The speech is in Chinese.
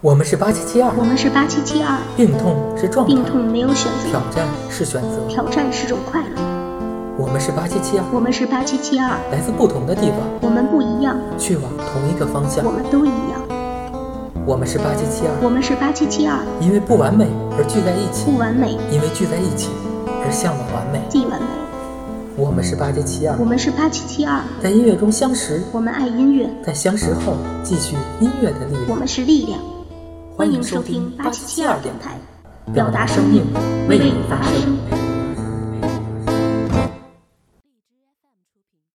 我们是八七七二，我们是八七七二。病痛是状态，病痛没有选择挑，战是啊选择。挑战是种快乐。我们是八七七二，我们是八七七二，来自不同的地方，我们不一样，去往同一个方向我。们都一样。我们是八七七二，我们是八七七二，因为不完美而聚在一起，不完美因为聚在一起而向往完美。即完美。我们是八七七二我，们是八七七二，在音乐中相识，我们爱音乐，在相识后继续音乐的力我量。们是力量。欢欢迎迎收收听听八八七七七七二二电电台台，表达生命，为你发声。